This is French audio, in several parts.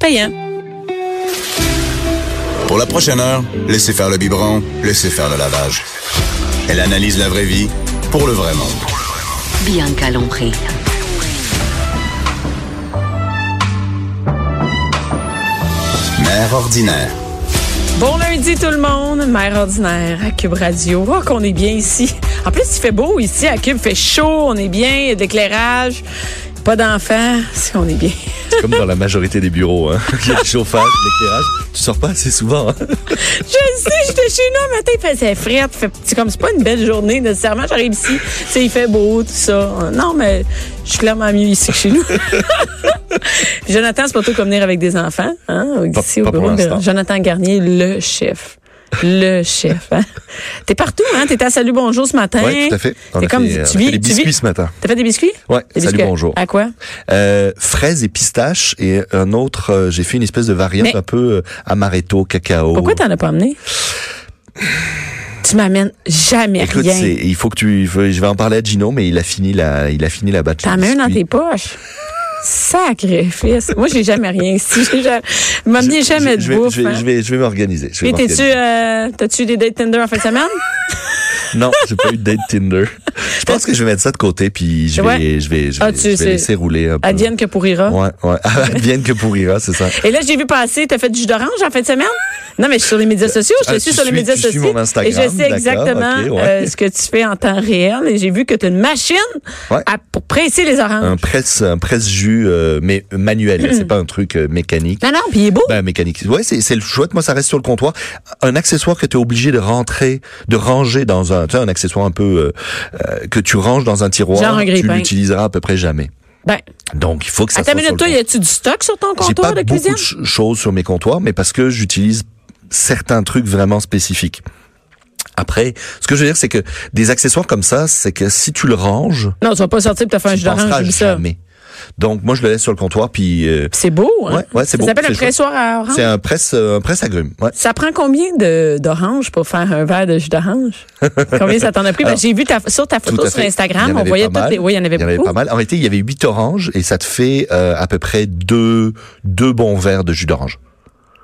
payant. Pour la prochaine heure, laissez faire le biberon, laissez faire le lavage. Elle analyse la vraie vie pour le vrai monde. Bianca Lompré. Mère ordinaire. Bon lundi tout le monde, mère ordinaire à Cube Radio. Oh qu'on est bien ici. En plus, il fait beau ici à Cube, il fait chaud, on est bien, il y a de l'éclairage, pas d'enfants, si on est bien. Comme dans la majorité des bureaux, hein. Il y a du chauffage, de l'éclairage. Tu sors pas assez souvent, hein. Je le sais, j'étais chez nous un matin, il faisait frais, il fait- c'est comme c'est pas une belle journée nécessairement, j'arrive ici, tu sais, il fait beau, tout ça. Non, mais je suis clairement mieux ici que chez nous. Jonathan, c'est pas tout comme venir avec des enfants, hein, ici pas au pour bureau. de- l'instant. Jonathan Garnier, le chef. Le chef. Hein? T'es partout, hein? T'es à Salut Bonjour ce matin. Ouais, tout à fait. On T'es a comme, fait, euh, tu on a vis, fait des tu vis- biscuits ce matin. T'as fait des biscuits? Ouais, Des salut, biscuits à- bonjour. À quoi? Euh, fraises et pistaches et un autre, euh, j'ai fait une espèce de variante Mais- un peu euh, amaretto, cacao. Pourquoi t'en as pas amené? Tu m'amènes jamais Écoute, rien. c'est- il faut que tu, je vais en parler à Gino, mais il a fini la, il a fini la batch. de T'en mets un dans biscuits. tes poches. Sacrifice. Moi, j'ai jamais rien ici. J'ai jamais- vous m'amenez Je- jamais je, de vais, bouffe. Je vais, hein. je vais, je vais m'organiser. je vais Puis t'es-tu, euh, m'organiser. t'as-tu des dates Tinder en fin de semaine? Non, j'ai pas eu de date Tinder. Je pense que je vais mettre ça de côté, puis je vais, Ouais. je vais, je vais, Ah, tu je vais sais. laisser rouler un peu. Advienne que pourrira. Ouais, ouais. Advienne que pourrira, c'est ça. Et là, j'ai vu passer, t'as fait du jus d'orange en fin de semaine? Non, mais je suis sur les médias sociaux, je te Ah, suis tu sur les suis- médias tu suis sociaux. mon Instagram, et je sais d'accord, exactement ok, ouais. euh, ce que tu fais en temps réel. Et j'ai vu que t'as une machine Ouais. à- pour presser les Un oranges. presse, un presse-jus, euh, mais manuel. là, C'est pas un truc euh, mécanique. Non, non, puis il est beau. Ben, mécanique. Ouais, c'est, c'est le chouette. Moi, ça reste sur le comptoir. Un accessoire que tu es obligé de rentrer, de ranger dans un, tu sais, un accessoire un peu, euh, euh, que tu ranges dans un tiroir. Genre un tu grille-pain. l'utiliseras à peu près jamais. Ben, Donc, il faut que ça à ta soit sur minute, le toi, comptoir. y a-tu du stock sur ton J'ai comptoir pas de beaucoup cuisine? de ch- choses sur mes comptoirs, mais parce que j'utilise certains trucs vraiment spécifiques. Après, ce que je veux dire, c'est que des accessoires comme ça, c'est que si tu le ranges, Non, tu vas pas sortir pour te faire un tu jus d'orange, penseras j'ai vu ça. jamais. Donc, moi, je le laisse sur le comptoir, puis euh, Puis C'est beau, hein? Ouais, ouais, c'est ça beau, s'appelle c'est un pressoir à c'est orange. un presse, euh, un presse agrume. Ouais. Ça prend combien de- d'oranges pour faire un verre de jus d'orange? combien ça t'en a pris? Ben, Alors, j'ai vu ta- sur ta Tout photo à sur fait. Il y Instagram, en on avait voyait pas mal. toutes les... Oui, il y en avait Il y en avait beaucoup. pas mal. En réalité, il y avait huit oranges et ça te fait euh, à peu près deux, deux bons verres de jus d'orange.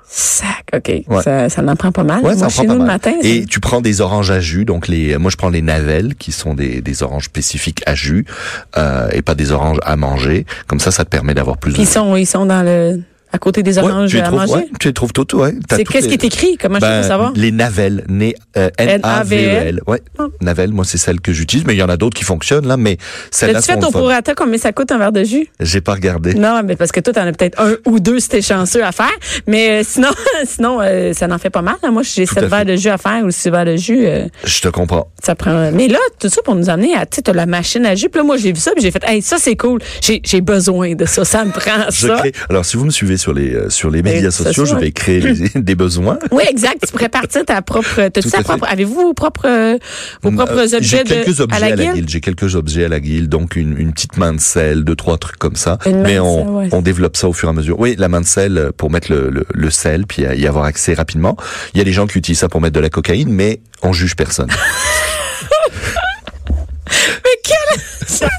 Sac, OK. Ouais. Ça, ça en prend pas mal. Ouais, Ah, Moi, ça en chez prend pas nous, mal. le matin, et ça- tu prends des oranges à jus, donc les, moi je prends les navelles qui sont des, des oranges spécifiques à jus euh, et pas des oranges à manger. Comme ça, ça te permet d'avoir plus Puis de. ils sont, ils sont dans le, à côté des Ouais, oranges tu les à trouves, manger. ouais, tu les trouves toutes, ouais. T'as C'est toutes qu'est-ce les- qui est écrit? Comment je Ben, peux savoir? Les navelles, né- euh, N-A-V-E-L. N-A-V-E-L. Ouais, navelle, moi c'est celle que j'utilise, mais il y en a d'autres qui fonctionnent là, mais celle-là. As-tu fait Mm. sont ton fun. prorata combien ça coûte un verre de jus? J'ai pas regardé. Non, mais parce que toi, t'en as peut-être un ou deux si t'es chanceux à faire. Mais euh, sinon, sinon, euh, ça n'en fait pas mal. hein. Moi, j'ai à sept fait. verres de jus à faire ou six verres de jus. euh, Je te comprends. Ça prend. Mais là, tout ça pour nous amener à, tu sais, t'as la machine à jus. Puis là, moi, j'ai vu ça, puis j'ai fait, hey, ça, c'est cool. J'ai j'ai besoin de ça. Ça me prend Je ça. crée- Alors, si vous me suivez sur les euh, sur les médias ça sociaux, je soit. vais créer les- des besoins. Oui, exact. Tu pourrais partir ta propre. T'as-tu Tout ta à fait. propre. Avez-vous vos propres, euh, vos propres Euh, objets, J'ai de, quelques objets à la guilde? J'ai quelques objets à la guilde, donc une, une petite main de sel, deux trois trucs comme ça. Une main Mais de on, sel, ouais. on développe ça au fur et à mesure. Oui, la main de sel euh, pour mettre le, le, le sel puis y avoir accès rapidement. Il y a des gens qui utilisent ça pour mettre de la cocaïne, mais on juge personne. Mais quel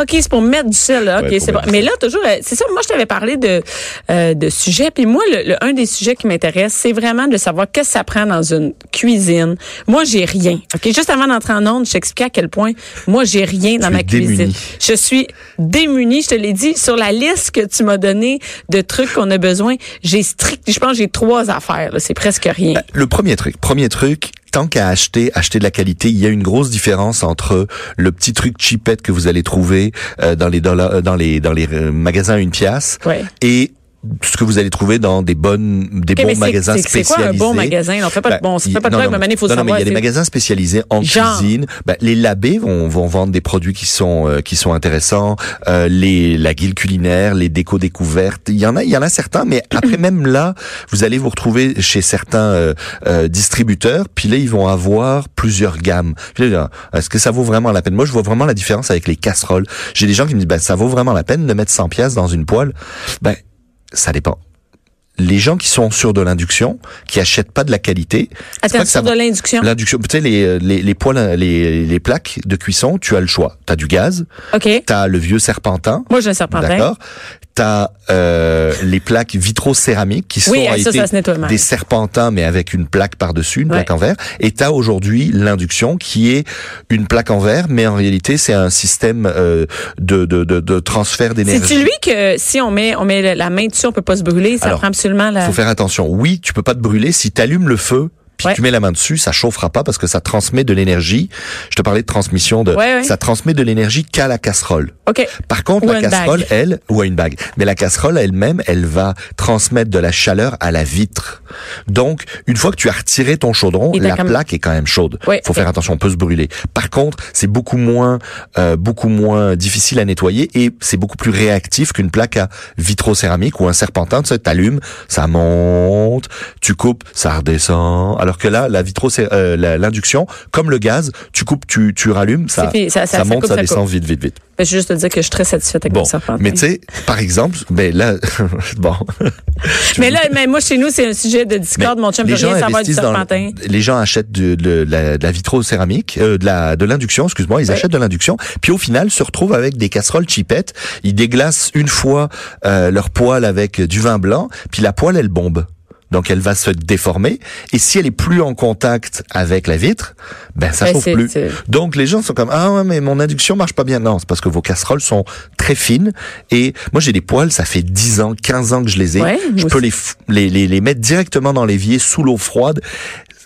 OK, c'est pour mettre du sel. là. OK, Ouais, pour c'est bon. mettre du Mais sel. là toujours euh, c'est ça moi je t'avais parlé de euh, de sujets puis moi le, le- un des sujets qui m'intéresse, c'est vraiment de savoir qu'est-ce que ça prend dans une cuisine. Moi, j'ai rien. OK, juste avant d'entrer en onde, je t'expliquais à quel point moi j'ai rien dans Tu ma es cuisine. démunie. Je suis démunie, je te l'ai dit sur la liste que tu m'as donnée de trucs qu'on a besoin, j'ai strict je pense que j'ai trois affaires, là. c'est presque rien. Euh, Le premier truc, premier truc, tant qu'à acheter, acheter de la qualité, il y a une grosse différence entre le petit truc cheapette que vous allez trouver euh, dans les dollars, euh, dans les dans les euh, magasins à une pièce, Ouais. et ce que vous allez trouver dans des bonnes des Ok, mais bons c'est- magasins c'est- c'est spécialisés. Ben, quoi un bon magasin? On fait pas de- bon, on se fait il- pas de non, blague, non, mais il faut non, non, mais savoir, il y a des c'est- magasins spécialisés en Genre. cuisine. Ben, les labés vont vont vendre des produits qui sont euh, qui sont intéressants, euh, les la guilde culinaire, les décos découvertes. Il y en a il y en a certains, mais après même là, vous allez vous retrouver chez certains euh, euh, distributeurs, puis là ils vont avoir plusieurs gammes. Puis là, Est-ce que ça vaut vraiment la peine Moi, je vois vraiment la différence avec les casseroles. J'ai des gens qui me disent ben ça vaut vraiment la peine de mettre 100 pièces dans une poêle. Ben ça dépend. Les gens qui sont sur de l'induction, qui achètent pas de la qualité, c'est Attends, pas que ça sur de va- l'induction. L'induction, tu sais, les, les, les poêles, les, les plaques de cuisson, tu as le choix. Tu as du gaz, OK. tu as le vieux serpentin, Moi, j'ai un serpentin. d'accord T'as euh, les plaques vitrocéramiques qui sont Oui, en ça, ça été se nettoie mal. des serpentins mais avec une plaque par-dessus, une Ouais. plaque en verre. Et t'as aujourd'hui l'induction qui est une plaque en verre, mais en réalité c'est un système euh, de, de, de, de transfert d'énergie. C'est-tu lui que si on met, on met la- la main dessus, on peut pas se brûler? Ça Alors, prend absolument la... faut faire attention. Oui, tu peux pas te brûler si tu allumes le feu. Puis Ouais. tu mets la main dessus, ça chauffera pas parce que ça transmet de l'énergie. Je te parlais de transmission de, Ouais, ouais. ça transmet de l'énergie qu'à la casserole. OK. Par contre, Ou à la une casserole, bague. elle, ou à une bague, mais la casserole elle-même, elle va transmettre de la chaleur à la vitre. Donc, une fois que tu as retiré ton chaudron, Il t'a la comme- plaque est quand même chaude. Ouais, Faut ouais. faire attention, on peut se brûler. Par contre, c'est beaucoup moins, euh, beaucoup moins difficile à nettoyer et c'est beaucoup plus réactif qu'une plaque à vitrocéramique ou un serpentin. Tu sais, t'allumes, ça monte, tu coupes, ça redescend. Alors que là, la vitro, euh, la- l'induction, comme le gaz, tu coupes, tu, tu rallumes, ça, C'est fini, ça- ça- ça monte, coupe, ça ça descend vite, vite, vite. Ben, je veux juste te dire que je suis très satisfaite avec Bon, mon serpentin. mais tu sais, par exemple, ben là, bon. Mais là, mais moi, chez nous, c'est un sujet de discorde. Mais Mon chum les veut gens rien savoir du investissent dans le- serpentin. les gens achètent de, de la, de la vitrocéramique, euh, de la de l'induction, excuse-moi, ils Ouais. achètent de l'induction, puis au final se retrouvent avec des casseroles chipettes. Ils déglacent une fois euh, leur poêle avec du vin blanc, puis la poêle elle bombe. Donc elle va se déformer et si elle est plus en contact avec la vitre, ben ça Ouais, chauffe c'est- plus. c'est- Donc les gens sont comme ah ouais, mais mon induction marche pas bien. Non, c'est parce que vos casseroles sont très fines et moi j'ai des poêles, ça fait 10 ans, 15 ans que je les ai. Ouais, je moi peux les, f- les les les mettre directement dans l'évier sous l'eau froide.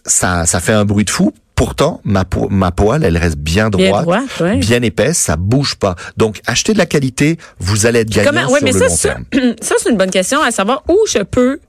Ça ça fait un bruit de fou. Pourtant, ma po- ma poêle, elle reste bien droite, Bien droite, ouais. bien épaisse, ça bouge pas. Donc achetez de la qualité, vous allez être gagnant Comment- sur ouais, mais le ça, long ça- terme. Ça, c'est une bonne question à savoir où je peux.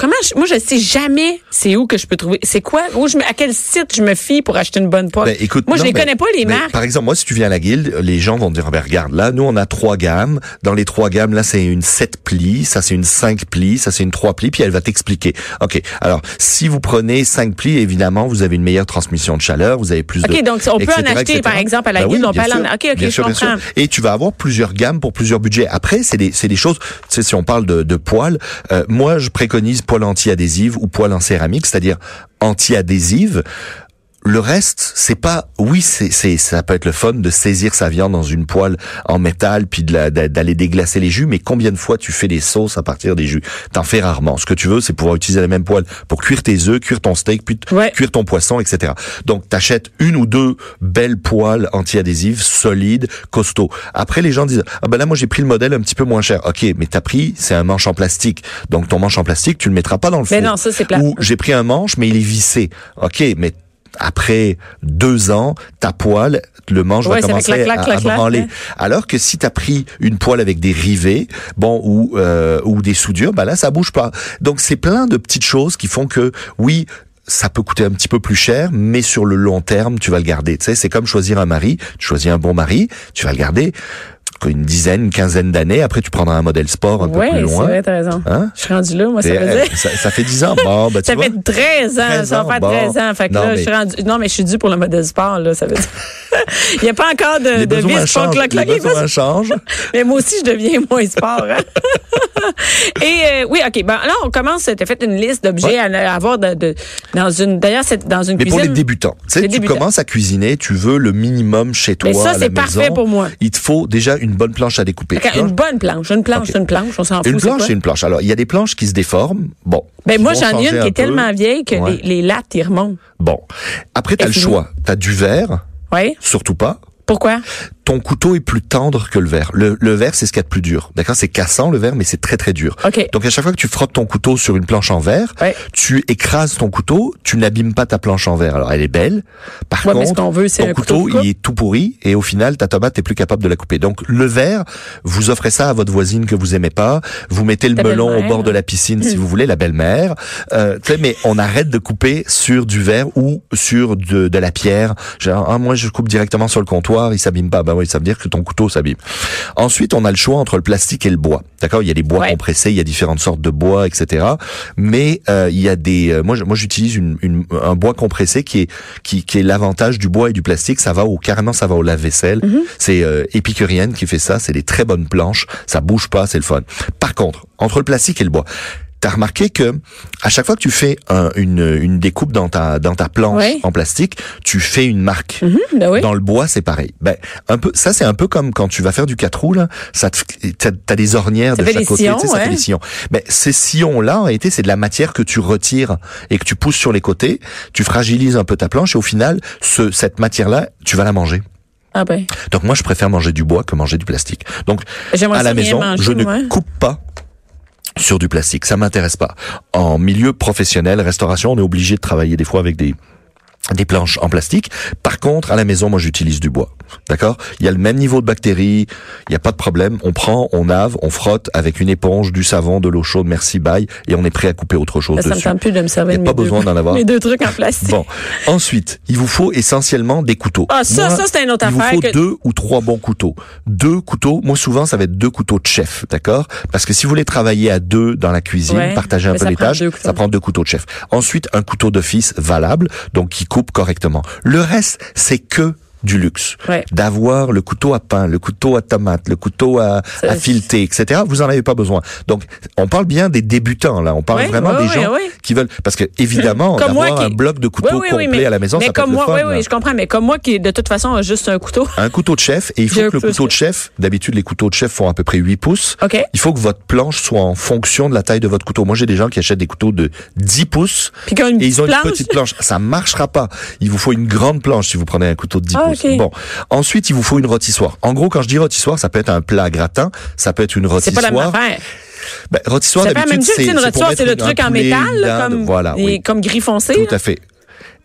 Comment je- moi je sais jamais c'est où que je peux trouver c'est quoi où je me- à quel site je me fie pour acheter une bonne poêle. Ben, écoute, moi je non, les mais- connais pas les mais marques. Par exemple, moi, si tu viens à la guilde, les gens vont te dire, ben, regarde, là, nous, on a trois gammes. Dans les trois gammes, là, c'est une 7 plis, ça, c'est une 5 plis, ça, c'est une 3 plis, puis elle va t'expliquer. OK. Alors, si vous prenez 5 plis, évidemment, vous avez une meilleure transmission de chaleur, vous avez plus de... OK, donc, on peut en acheter, par exemple, à la Ben oui, Guilde, on bien peut aller en- sûr. OK, OK, Bien je sûr, bien sûr. comprends. Et tu vas avoir plusieurs gammes pour plusieurs budgets. Après, c'est des, c'est des choses, tu sais, si on parle de, de poils, euh, moi, je préconise poils anti-adhésive ou poils en céramique, c'est-à-dire anti-adhésive. Le reste, c'est pas. Oui, c'est, c'est, ça peut être le fun de saisir sa viande dans une poêle en métal, puis de la- d'a- d'aller déglacer les jus. Mais combien de fois tu fais des sauces à partir des jus T'en fais rarement. Ce que tu veux, c'est pouvoir utiliser la même poêle pour cuire tes œufs, cuire ton steak, puis t- Ouais. cuire ton poisson, etc. Donc, t'achètes une ou deux belles poêles anti-adhésives, solides, costauds. Après, les gens disent ah ben là, moi j'ai pris le modèle un petit peu moins cher. Ok, mais t'as pris, c'est un manche en plastique. Donc, ton manche en plastique, tu le mettras pas dans le Mais four. non, ça, c'est plat. Ou j'ai pris un manche, mais il est vissé. OK, mais après deux ans, ta poêle, le manche Ouais, va ça fait commencer clac, clac, à, clac, à clac, branler. ouais. Alors que si t'as pris une poêle avec des rivets, bon ou euh, ou des soudures, bah là ça bouge pas. Donc c'est plein de petites choses qui font que oui. Ça peut coûter un petit peu plus cher, mais sur le long terme, tu vas le garder. Tu sais, c'est comme choisir un mari. Tu choisis un bon mari, tu vas le garder une dizaine, une quinzaine d'années. Après, tu prendras un modèle sport un Ouais, peu plus c'est loin. vrai, t'as raison. Hein? Je suis rendu là, moi Ah, ça Et, veut euh, dire. ça, ça fait 10 ans. Bon, bah, tu Ça vois. fait euh, 13 ans, 13 ça ans, va faire bon. 13 ans. Fait que Non, là, mais- je suis rendu, non, mais je suis due pour le mode de sport, là, ça veut dire. Il n'y a pas encore de, les de besoins vis, pas changent. clac, clac, les il va- besoins changent. Mais moi aussi, je deviens moins sport. hein. Et euh, oui, ok. Ben là, on commence. T'as fait une liste d'objets Ouais. à, à avoir de, de- dans une. D'ailleurs, c'est dans une Mais cuisine. pour les débutants, tu sais, Les tu débutants. commences à cuisiner, tu veux le minimum chez toi. Mais ça, à la c'est parfait maison. pour moi. Il te faut déjà une bonne planche à découper. Fait qu'une Planche- bonne planche, une planche, Ok. une planche. On s'en fout. Une c'est planche, quoi? c'est une planche. Alors, il y a des planches qui se déforment. Bon. Ben qui moi, vont j'en ai changer une un qui est peu. tellement vieille que Ouais. les, les lattes, ils remontent. Bon. Après, t'as Et le fini. choix. T'as du verre, Oui. surtout pas. Pourquoi? Ton couteau est plus tendre que le verre. Le, le verre, c'est ce qu'il y a de plus dur. D'accord C'est cassant, le verre, mais c'est très, très dur. Ok. Donc, à chaque fois que tu frottes ton couteau sur une planche en verre, Ouais. tu écrases ton couteau, tu n'abîmes pas ta planche en verre. Alors, elle est belle. Par Ouais, mais ce contre, qu'on veut, c'est ton un couteau, couteau de coupe. il est tout pourri et au final, ta tomate, t'es plus capable de la couper. Donc, le verre, vous offrez ça à votre voisine que vous aimez pas. Vous mettez le Ta melon au belle-mère. Hmm. bord de la piscine, si vous voulez, la belle-mère. Euh, tu sais, mais on arrête de couper sur du verre ou sur de, de la pierre. Genre, ah, moi, je coupe directement sur le comptoir, il s'abîme pas. Bah oui, ça veut dire que ton couteau s'abîme. Ensuite, on a le choix entre le plastique et le bois. D'accord Il y a des bois Ouais. compressés, il y a différentes sortes de bois, etc. Mais euh, il y a des. euh, moi, je- moi, j'utilise une, une- un bois compressé qui est qui, qui est l'avantage du bois et du plastique. Ça va au carrément, ça va au lave-vaisselle. C'est euh, Épicurienne qui fait ça. C'est des très bonnes planches. Ça bouge pas, c'est le fun. Par contre, entre le plastique et le bois. t'as remarqué que à chaque fois que tu fais un- une, une découpe dans ta dans ta planche Oui. en plastique, tu fais une marque. Mhm, ben oui. Dans le bois, c'est pareil. Ben, un peu, ça, c'est un peu comme quand tu vas faire du quatre roues, là. Ça, te- t'as, t'as des ornières Ça de fait chaque des côté, tu sais, sillons, ça fait ouais. des sillons. Ben, ces sillons-là, en réalité, c'est de la matière que tu retires et que tu pousses sur les côtés. Tu fragilises un peu ta planche et au final, ce, cette matière-là, tu vas la manger. Ah ben. Donc, moi, je préfère manger du bois que manger du plastique. Donc, J'aimerais à la ça rien maison, manger, hein. je ne ouais. coupe pas sur du plastique. Ça m'intéresse pas. En milieu professionnel, restauration, on est obligé de travailler des fois avec des des planches en plastique. Par contre, à la maison, moi, j'utilise du bois. D'accord Il y a le même niveau de bactéries, il n'y a pas de problème. On prend, on lave, on frotte avec une éponge, du savon, de l'eau chaude, merci, bye, et on est prêt à couper autre chose Ça, ça me dessus. tente plus de me servir Il y a de pas mes deux- besoin d'en avoir. Mes deux trucs en plastique. Bon, ensuite, il vous faut essentiellement des couteaux. Ah, ça, Moi, ça, c'est une autre il vous affaire faut que- deux ou trois bons couteaux. Deux couteaux, moi souvent, ça va être deux couteaux de chef, d'accord Parce que si vous voulez travailler à deux dans la cuisine, Ouais, partager un mais peu ça les prend tâches, deux couteaux. ça prend deux couteaux de chef. Ensuite, un couteau d'office valable, donc qui coupe correctement. Le reste, c'est que du luxe. Ouais. D'avoir le couteau à pain, le couteau à tomate, le couteau à, Ça, à fileter, etc. Vous en avez pas besoin. Donc, on parle bien des débutants, là. On parle Ouais, vraiment ouais, des ouais, gens ouais. qui veulent... Parce que, évidemment, Comme moi d'avoir qui- un bloc de couteaux oui, oui, oui, complet à la maison, mais ça peut comme moi, être le fun, oui, là oui, je comprends, mais comme moi qui, de toute façon, a juste un couteau. un couteau de chef et il faut J'ai un que le peu couteau ça. de chef, d'habitude les couteaux de chef font à peu près 8 pouces. OK. Il faut que votre planche soit en fonction de la taille de votre couteau. Moi, j'ai des gens qui achètent des couteaux de 10 pouces Puis qui ont une et ils ont petite une planche. petite planche. Ça marchera pas. Il vous faut une grande planche si vous prenez un couteau de 10 Ah, pouces. ok. Bon. Ensuite, il vous faut une rôtissoire. En gros, quand je dis rôtissoire, ça peut être un plat à gratin, ça peut être une C'est pas la rôtissoire. même affaire. Ben, rôtissoire C'est pas la même d'habitude, chose, c'est tu sais, une pour rôtissoire, mettre c'est le une- un truc en poulet, métal, une là, dinde, comme, voilà, et oui. comme gris foncé. Tout là. à fait.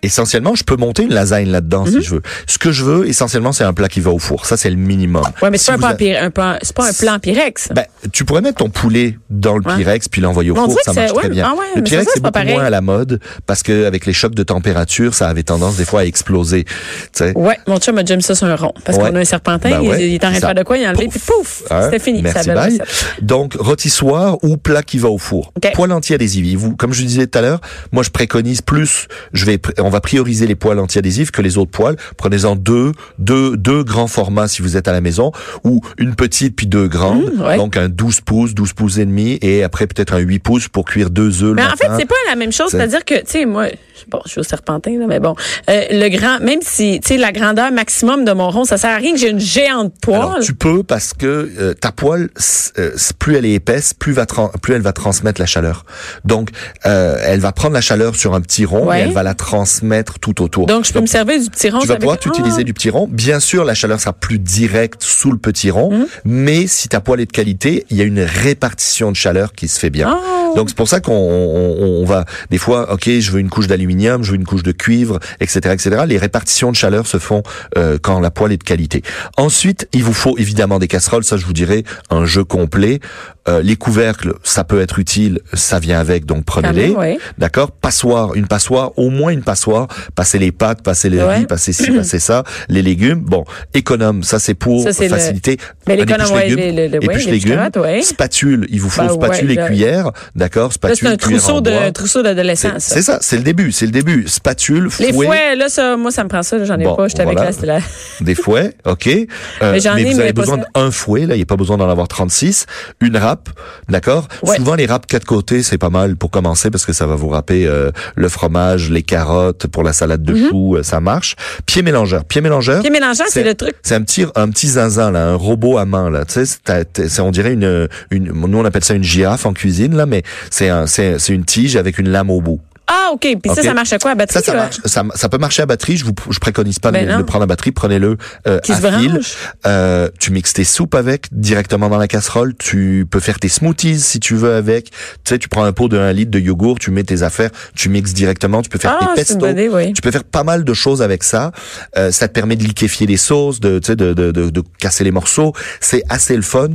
Essentiellement, je peux monter une lasagne là-dedans Mhm. si je veux. Ce que je veux, essentiellement, c'est un plat qui va au four. Ça, c'est le minimum. Ouais, mais c'est pas Si un vous plan a- pyre- un plan- c'est pas un plan Pyrex. Ben, tu pourrais mettre ton poulet dans le Ouais. Pyrex puis l'envoyer au Mais on four, dirait ça que c'est- marche très ouais, bien. ah ouais, le mais ça, Pyrex ça, c'est c'est pas beaucoup moins pareil. à la mode parce que avec les chocs de température, ça avait tendance des fois à exploser. Tu sais. Ouais, mon chum a déjà mis ça sur un rond. Parce Ouais. qu'on a un serpentin, Ben il- ouais, il, est en train c'est de ça. faire de quoi, il a enlevé, puis pouf, Hein? c'était fini. Merci, ça bye. Donc, rôtissoire ou plat qui va au four. Ok. Poêle antiadhésif. Il Vous, comme je disais tout à l'heure, moi, je préconise plus, je vais, pr- on va prioriser les poêles antiadhésifs que les autres poêles. Prenez-en deux, deux, deux grands formats si vous êtes à la maison ou une petite puis deux grandes. Mmh, ouais. Donc, un 12 pouces, 12 pouces et demi et après peut-être un 8 pouces pour cuire deux œufs le Mais Ben, en fait, matin. c'est pas la même chose. C'est- C'est-à-dire que, tu sais, moi, bon, je suis au serpentin, là, mais bon, euh, le grand, même si, tu sais, la grandeur maximum de mon rond, ça sert à rien que j'ai une géante Alors, poêle. tu peux parce que euh, ta poêle, s- euh, s- plus elle est épaisse, plus, va tran- plus elle va transmettre la chaleur. Donc, euh, elle va prendre la chaleur sur un petit rond Ouais. et elle va la transmettre tout autour. Donc, je peux me servir du petit rond. tu vas avec- pouvoir Ah! t'utiliser du petit rond. Bien sûr, la chaleur sera plus directe sous le petit rond, Hum. mais si ta poêle est de qualité, il y a une répartition de chaleur qui se fait bien. Ah. Donc c'est pour ça qu'on on, on- on va des fois, ok, je veux une couche d'aluminium, je veux une couche de cuivre, etc., etc. Les répartitions de chaleur se font euh, quand la poêle est de qualité. Ensuite, il vous faut évidemment des casseroles. Ça, je vous dirais un jeu complet. Euh, les couvercles, ça peut être utile, ça vient avec, donc Ah prenez-les. même, ouais. D'accord Passoire, une passoire, au moins une passoire. Passez les pâtes, passez les Ouais. riz, passez ci, passez ça, les légumes. Bon, économe, ça c'est pour Ça, c'est le- faciliter. Ben, l'économe, Épluche ouais, légumes, le- le- le- ouais, épluche les légumes, carottes, ouais. spatule, il vous faut Ben, spatule ouais, et je- cuillère, d'accord Là, c'est Spatule, un cuillère en trousseau bois. de, trousseau d'adolescents, C'est ça. c'est ça, c'est le début, c'est le début. Spatule, fouet, Les fouets, là, ça, moi, ça me prend ça, là, j'en ai Bon, pas, j'étais voilà. avec là, c'était là. des fouets, ok. Euh, Mais j'en ai, vous mais avez pas besoin ça. d'un fouet, là, il n'y a pas besoin d'en avoir 36. Une râpe, d'accord Ouais. Souvent, les râpes quatre côtés, c'est pas mal pour commencer parce que ça va vous râper euh, le fromage, les carottes, pour la salade de Mhm. choux, euh, ça marche. Pied mélangeur. Pied mélangeur, Puis mélangeant, c'est C'est- le truc. c'est un petit un petit zinzin là, un robot à main là, tu sais, c'est- t'as- t'es- c'est on dirait une une nous on appelle ça une girafe en cuisine là, mais c'est un c'est c'est une tige avec une lame au bout. Ah, OK. Puis ça, Ok. ça marche à quoi? À batterie? Ça ça quoi? marche, ça ça peut marcher à batterie, je vous je préconise pas Ben de le non. prendre à batterie, prenez-le euh, Qui se à fil. branche. Euh, tu mixes tes soupes avec directement dans la casserole, tu peux faire tes smoothies si tu veux avec. Tu sais, tu prends un pot de 1 litre de yogourt, tu mets tes affaires, tu mixes directement, tu peux faire Ah, tes c'est une pestos. bonne idée, oui. Tu peux faire pas mal de choses avec ça. Euh, ça te permet de liquéfier les sauces, de, tu sais, de, de, de, de casser les morceaux. C'est assez le fun.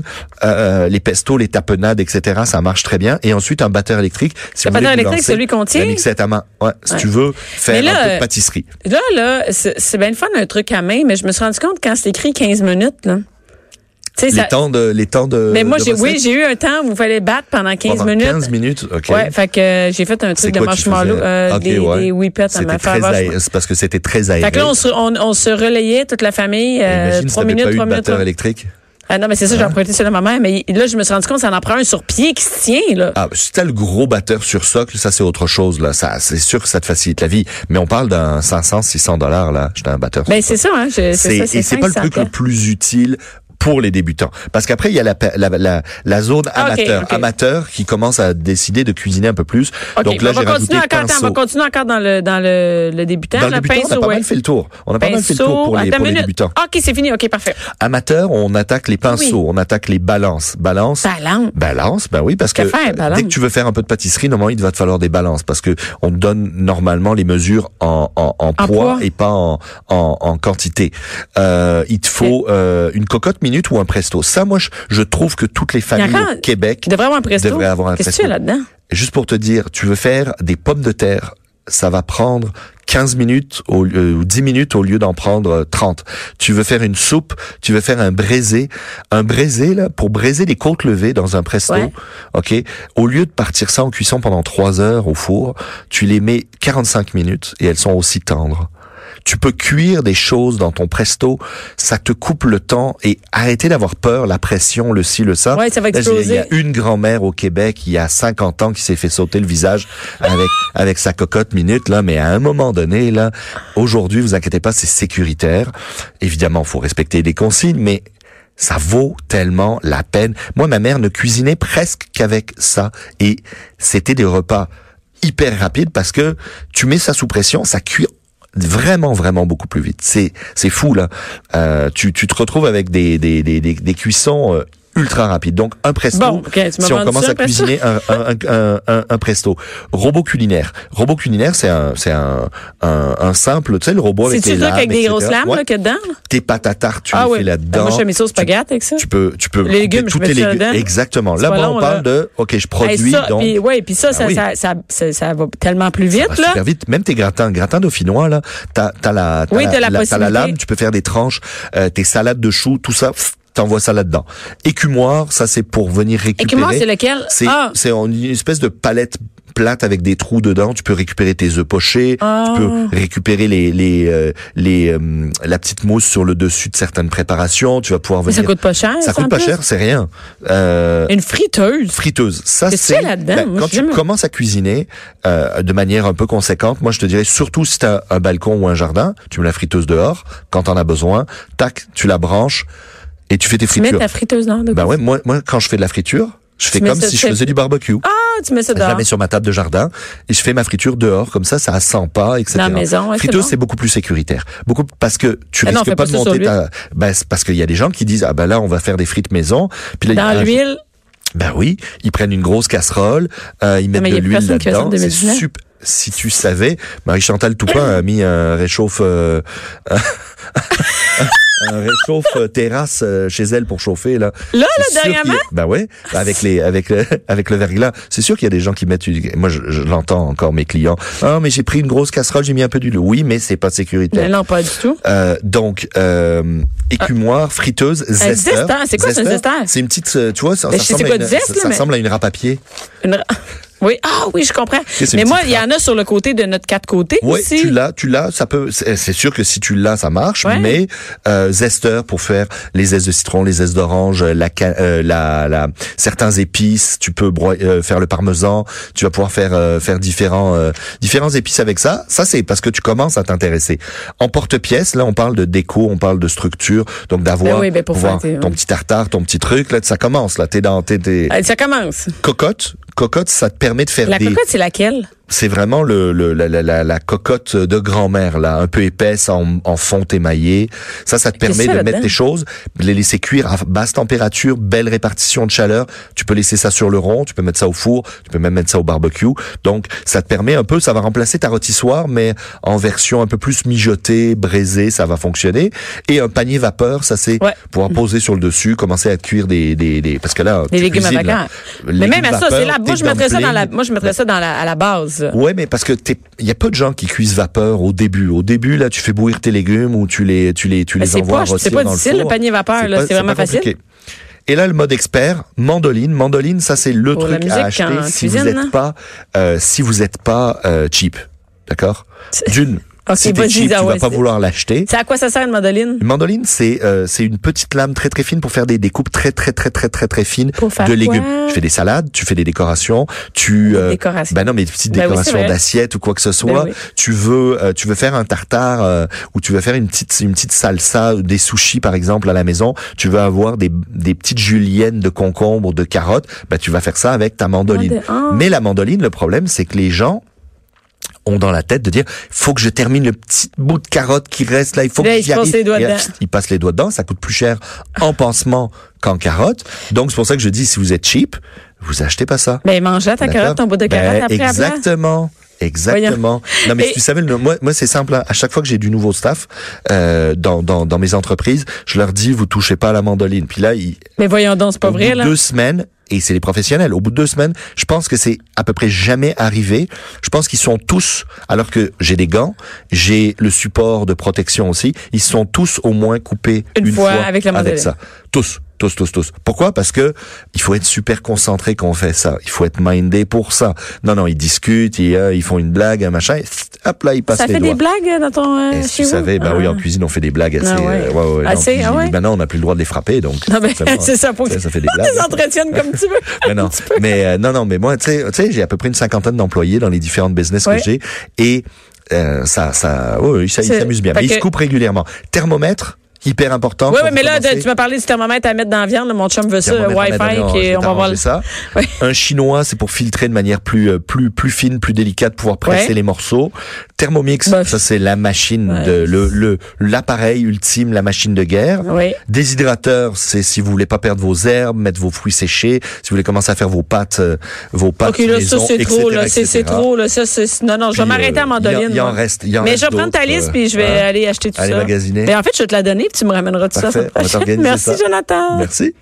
Euh, les pestos, les tapenades, etc. Ça marche très bien. Et ensuite, un batteur électrique. Si Le vous voulez batteur vous électrique, lancer, celui qu'on tient? la mixer à ta main. Ouais, si Ouais. tu veux faire là, un peu de euh, pâtisserie. Là, là, c'est c'est bien le fun, un truc à main, mais je me suis rendu compte quand c'est écrit 15 minutes, là. Tu sais, Les ça. temps de, les temps de. Mais moi, Euh, de j'ai, oui, recette j'ai eu un temps où il fallait battre pendant 15 pendant minutes. 15 minutes, ok. Ouais, fait que euh, j'ai fait un C'est truc de quoi tu marshmallow, faisais? euh, Ok, des, ouais. des whippets à C'était ma très faveur. aéré- c'est parce que c'était très aéré. Fait que là, on se, on, on se relayait toute la famille, euh, Imagine si 3 t'avais minutes, pas eu 3 de minutes. batteur hein? électrique. Ah non, mais c'est ça, j'ai emprunté celui de ma mère. Mais là, je me suis rendu compte, ça en prend un sur pied qui se tient, là. Ah, si t'as le gros batteur sur socle, ça c'est autre chose là. Ça, c'est sûr que ça te facilite la vie. Mais on parle d'un 500, 600 dollars là. J'étais un batteur. sur Ben, socle. c'est ça, hein. je- C'est ça, et c'est pas le 500 truc le plus utile pour les débutants parce qu'après il y a la pa- la, la, la zone Ah, ok, amateur ok. amateur qui commence à décider de cuisiner un peu plus. OK, Donc là on, j'ai va rajouté continuer encore, attends, on va pinceau. continuer encore dans le, dans le, le débutant. Dans le là, débutant, on a pinceau, pas ouais. mal fait le tour. On a pas mal fait le tour pour les, Attends pour les une minute. débutants. OK, c'est fini. OK, parfait. Amateur, on attaque les pinceaux, Oui. on attaque les balances. Balance. Balance. Balance, ben oui, parce que Qu'à faire, balance. dès que tu veux faire un peu de pâtisserie, normalement, il te va te falloir des balances parce que on te donne normalement les mesures en, en, en poids, poids. et pas en, en, en quantité. Euh, il te faut euh, une cocotte minute ou un presto. Ça, moi, je, je trouve que toutes les familles encore- au Québec Tu devrais avoir un presto. devraient avoir un Qu'est-ce que presto. tu as là-dedans? Juste pour te dire, tu veux faire des pommes de terre, ça va prendre 15 minutes au lieu, euh, ou 10 minutes au lieu d'en prendre euh, 30. Tu veux faire une soupe, tu veux faire un braisé, un braisé là pour braiser des côtes levées dans un presto, Ouais. OK Au lieu de partir ça en cuisson pendant 3 heures au four, tu les mets 45 minutes et elles sont aussi tendres. Tu peux cuire des choses dans ton presto, ça te coupe le temps et arrêter d'avoir peur, la pression, le ci, le ça. Ouais, ça va Là, j'ai- Il y exploser. a une grand-mère au Québec il y a 50 ans qui s'est fait sauter le visage avec avec sa cocotte minute là, mais à un moment donné là, aujourd'hui, vous inquiétez pas, c'est sécuritaire. Évidemment, faut respecter les consignes, mais ça vaut tellement la peine. Moi, ma mère ne cuisinait presque qu'avec ça et c'était des repas hyper rapides parce que tu mets ça sous pression, ça cuit vraiment vraiment beaucoup plus vite. C'est c'est fou là. Euh, tu tu te retrouves avec des des des des, des cuissons euh, ultra rapides. Donc un presto. Bon, ok, tu m'as si on vendu commence ça, à un presto. cuisiner un un, un, un un presto. Robot culinaire. Robot culinaire, c'est un c'est un, un un simple, tu sais le robot avec C'est-tu les le truc lames, avec des etc. grosses lames Ouais. là, qu'il y a dedans? Tes pâtes à tarte, tu les oui. fais là-dedans. Ben, Moi, je fais mes sauces Tu- spaghettes avec ça. tu peux, tu peux. Les légumes, je tous mets tes ça légumes. dedans. Exactement. C'est Là, pas bon, long, on là. parle de, ok, je Hey, produis, ça, donc. Ah puis, ouais, puis ça, ça, oui. ça, ça, ça, ça va tellement plus vite, Ah, là. super vite. Même tes gratins, gratins dauphinois là, t'as t'as la t'as Oui, t'as la t'as la possibilité. lame, tu peux faire des tranches, euh, tes salades de choux, tout ça, pff, t'envoies ça là-dedans. Écumoire, ça c'est pour venir récupérer. Écumoire, c'est lequel? C'est Ah. c'est en- une espèce de palette plate avec des trous dedans. Tu peux récupérer tes œufs pochés, Ah. tu peux récupérer les les euh, les euh, la petite mousse sur le dessus de certaines préparations. Tu vas pouvoir Mais venir. ça coûte pas cher. Ça coûte en pas plus. cher, c'est rien. Euh, Une friteuse. friteuse. Ça, Qu'est-ce c'est qu'il y a là-dedans? ben, Moi, quand j'ai tu jamais- commences à cuisiner euh, de manière un peu conséquente. Moi, je te dirais surtout si t'as un balcon ou un jardin, tu mets la friteuse dehors quand t'en as besoin. Tac, tu la branches et tu fais tes Tu mets fritures. ta friteuse dans le Ben ouais, moi, moi, quand je fais de la friture, je fais mets comme ça- si je c'est- faisais du barbecue. Ah, tu mets ça Je la dehors. mets sur ma table de jardin et je fais ma friture dehors comme ça, ça à 100 pas, etc. Dans la maison, ouais, c'est Friteuse, bon. c'est beaucoup plus sécuritaire. Beaucoup parce que tu Ah non, risques fais pas pas de ça sur monter ta. Ben, c'est parce qu'il y a des gens qui disent ah ben là on va faire des frites maison. Puis là, il y a Dans un- l'huile. ben oui, ils prennent une grosse casserole, euh, ils mettent mais de y a plus l'huile personne qui va là-dedans. sortir C'est de Medina. sup- Si tu savais, Marie-Chantal Toupin a mis un réchauffe, euh, un réchauffe terrasse euh, chez elle pour chauffer là. Là, C'est là, sûr qu'il y a- dernièrement? Ben ouais, avec les, avec le, avec le verglas. C'est sûr qu'il y a des gens qui mettent. une- Moi, je, je l'entends encore mes clients. Ah, mais j'ai pris une grosse casserole, j'ai mis un peu d'huile. Oui, mais c'est pas Mais sécuritaire. non, pas du tout. Euh, donc euh, écumoire, friteuse, zester. Euh, zester, c'est quoi, c'est un zester C'est une petite, euh, tu vois, ça, Ben, ça je sais ressemble quoi à une- de zeste, ça- là, ça mais- ressemble à une râpe à papier. Une ra- Oui, ah oui, je comprends. c'est Mais une moi, petite il y en a sur le côté de notre quatre côtés Ouais, aussi. tu l'as, tu l'as, ça peut. C'est c'est sûr que si tu l'as, ça marche. Ouais. Mais euh, zester pour faire les zestes de citron, les zestes d'orange, euh, la, ca- euh, la, la, certains épices. Tu peux broyer, euh, faire le parmesan. Tu vas pouvoir faire euh, faire différents euh, différents épices avec ça. Ça c'est parce que tu commences à t'intéresser. En porte-pièce, là, on parle de déco, on parle de structure, donc d'avoir Ben oui, ben pour pouvoir faire tes- ton petit tartare, ton petit truc. Là, ça commence. Là, t'es dans, t'es, t'es... Euh, Ça commence. cocotte. Cocotte, ça te permet de faire La des cocotte, c'est laquelle? c'est vraiment le, le- la, la, la, la cocotte de grand-mère là, un peu épaisse en, en fonte émaillée. Ça, ça te Qu'est-ce permet que de ça mettre là-dedans? tes choses, de les laisser cuire à basse température, belle répartition de chaleur. Tu peux laisser ça sur le rond, tu peux mettre ça au four, tu peux même mettre ça au barbecue. Donc, ça te permet un peu, ça va remplacer ta rôtissoire, mais en version un peu plus mijotée, braisée, ça va fonctionner. Et un panier vapeur, ça c'est Ouais. pouvoir poser sur le dessus, commencer à cuire des, des, des parce que là, Les tu légumes à cuisines, là. vapeur. Mais hein. Légumes même à ça, vapeur, c'est là. Moi, tes je mettrais ça dans la, dumplings. moi, je mettrais ça dans la, à la base. là. Ouais, mais parce que t'es, il y a peu de gens qui cuisent vapeur au début. Au début, là, tu fais bouillir tes légumes ou tu les, tu les, tu Mais les Ben, c'est envoies poche, c'est rôtir pas dans difficile, le, le four. panier vapeur, là, pas- c'est vraiment pas facile. compliqué. Et là, le mode expert, mandoline. Mandoline, ça c'est le Pour Oh, la truc à musique acheter en si cuisine, vous là. n'êtes pas, euh, si vous êtes pas euh, cheap, d'accord. D'une, Ok, si t'es vas-y, cheap, ah tu vas ouais, pas c'est- vouloir l'acheter. C'est à quoi ça sert une mandoline? Une mandoline, c'est euh, c'est une petite lame très très fine pour faire des découpes très très très très très très fines Pour faire de légumes. quoi? Tu fais des salades, tu fais des décorations, tu euh, décorations. ben non mais des petites Ben oui, c'est décorations vrai. Bah d'assiettes ou quoi que ce soit. oui. Tu veux euh, tu veux faire un tartare euh, ou tu veux faire une petite une petite salsa, des sushis par exemple à la maison. Tu veux avoir des des petites juliennes de concombres, de carottes. Ben tu vas faire ça avec ta mandoline. Mandé- ah. Mais la mandoline, le problème c'est que les gens ont dans la tête de dire faut que je termine le petit bout de carotte qui reste là il faut Là, que ils j'y passent arrive les doigts Et là, dedans. ils passent les doigts dedans ça coûte plus cher en pansement qu'en carotte donc c'est pour ça que je dis si vous êtes cheap vous achetez pas ça Ben, mange-la, ta D'accord? carotte, ton bout de Ben, carotte, après, après. exactement Exactement. Non mais Et- tu savais, le- moi, moi c'est simple. hein. À chaque fois que j'ai du nouveau staff euh, dans, dans, dans mes entreprises, je leur dis vous touchez pas à la mandoline. Puis là, ils, Mais voyons donc, c'est pas au bout vrai, de là. deux semaines, et c'est les professionnels, au bout de deux semaines, je pense que c'est à peu près jamais arrivé. Je pense qu'ils sont tous, alors que j'ai des gants, j'ai le support de protection aussi, ils sont tous au moins coupés Une une, fois avec la mandoline. ça. Tous. Tous, tous, tous. Pourquoi Parce que il faut être super concentré quand on fait ça. Il faut être mindé pour ça. Non, non, ils discutent, ils, euh, ils font une blague, un machin. et pfft, hop là, ils passent Ça les fait doigts. des blagues dans ton, euh, Et chez si vous? vous savez, bah oui, Ah. en cuisine, on fait des blagues assez. Ah ouais. euh, ouais, ouais, non, Assez, puis ah ouais? Maintenant, on n'a plus le droit de les frapper, donc. Non, mais forcément, c'est ça, pour que ça fait des on blagues. les entretienne comme tu veux. Mais non, mais euh, non, non, mais moi, tu sais, tu sais, j'ai à peu près une cinquantaine d'employés dans les différentes business Ouais. que j'ai, et euh, ça, ça, oui, oui, ça, ils C'est- s'amusent bien. fait Mais ils se que- coupent régulièrement. Thermomètre, hyper important. Oui, quand oui, vous mais là, commencez. tu m'as parlé du thermomètre à mettre dans la viande. là, Mon chum veut ça, le Thermomètre à la dernière, Wi-Fi, je puis vais on va voir. t'arranger ça. Ouais. Un chinois, c'est pour filtrer de manière plus euh, plus plus fine, plus délicate, pouvoir presser Ouais. les morceaux. Thermomix, Bof. ça c'est la machine Ouais. de le le l'appareil ultime, la machine de guerre. Oui. Déshydrateur, c'est si vous voulez pas perdre vos herbes, mettre vos fruits séchés, si vous voulez commencer à faire vos pâtes, euh, vos pâtes OK, là, ça, maison, c'est trop, etc., là. C'est- C'est etc.. trop, là. Ça, c'est. Non, non, je vais Puis, m'arrêter euh, à mandoline. il y en- il en moi. reste- il en Mais reste je vais prendre ta d'autres, liste, euh, puis je vais hein. aller acheter tout Allez ça. Ben, magasiner. Mais en fait, je vais te la donner, puis tu me ramèneras tout Parfait, ça. on va t'organiser Merci, ça. Jonathan. Merci.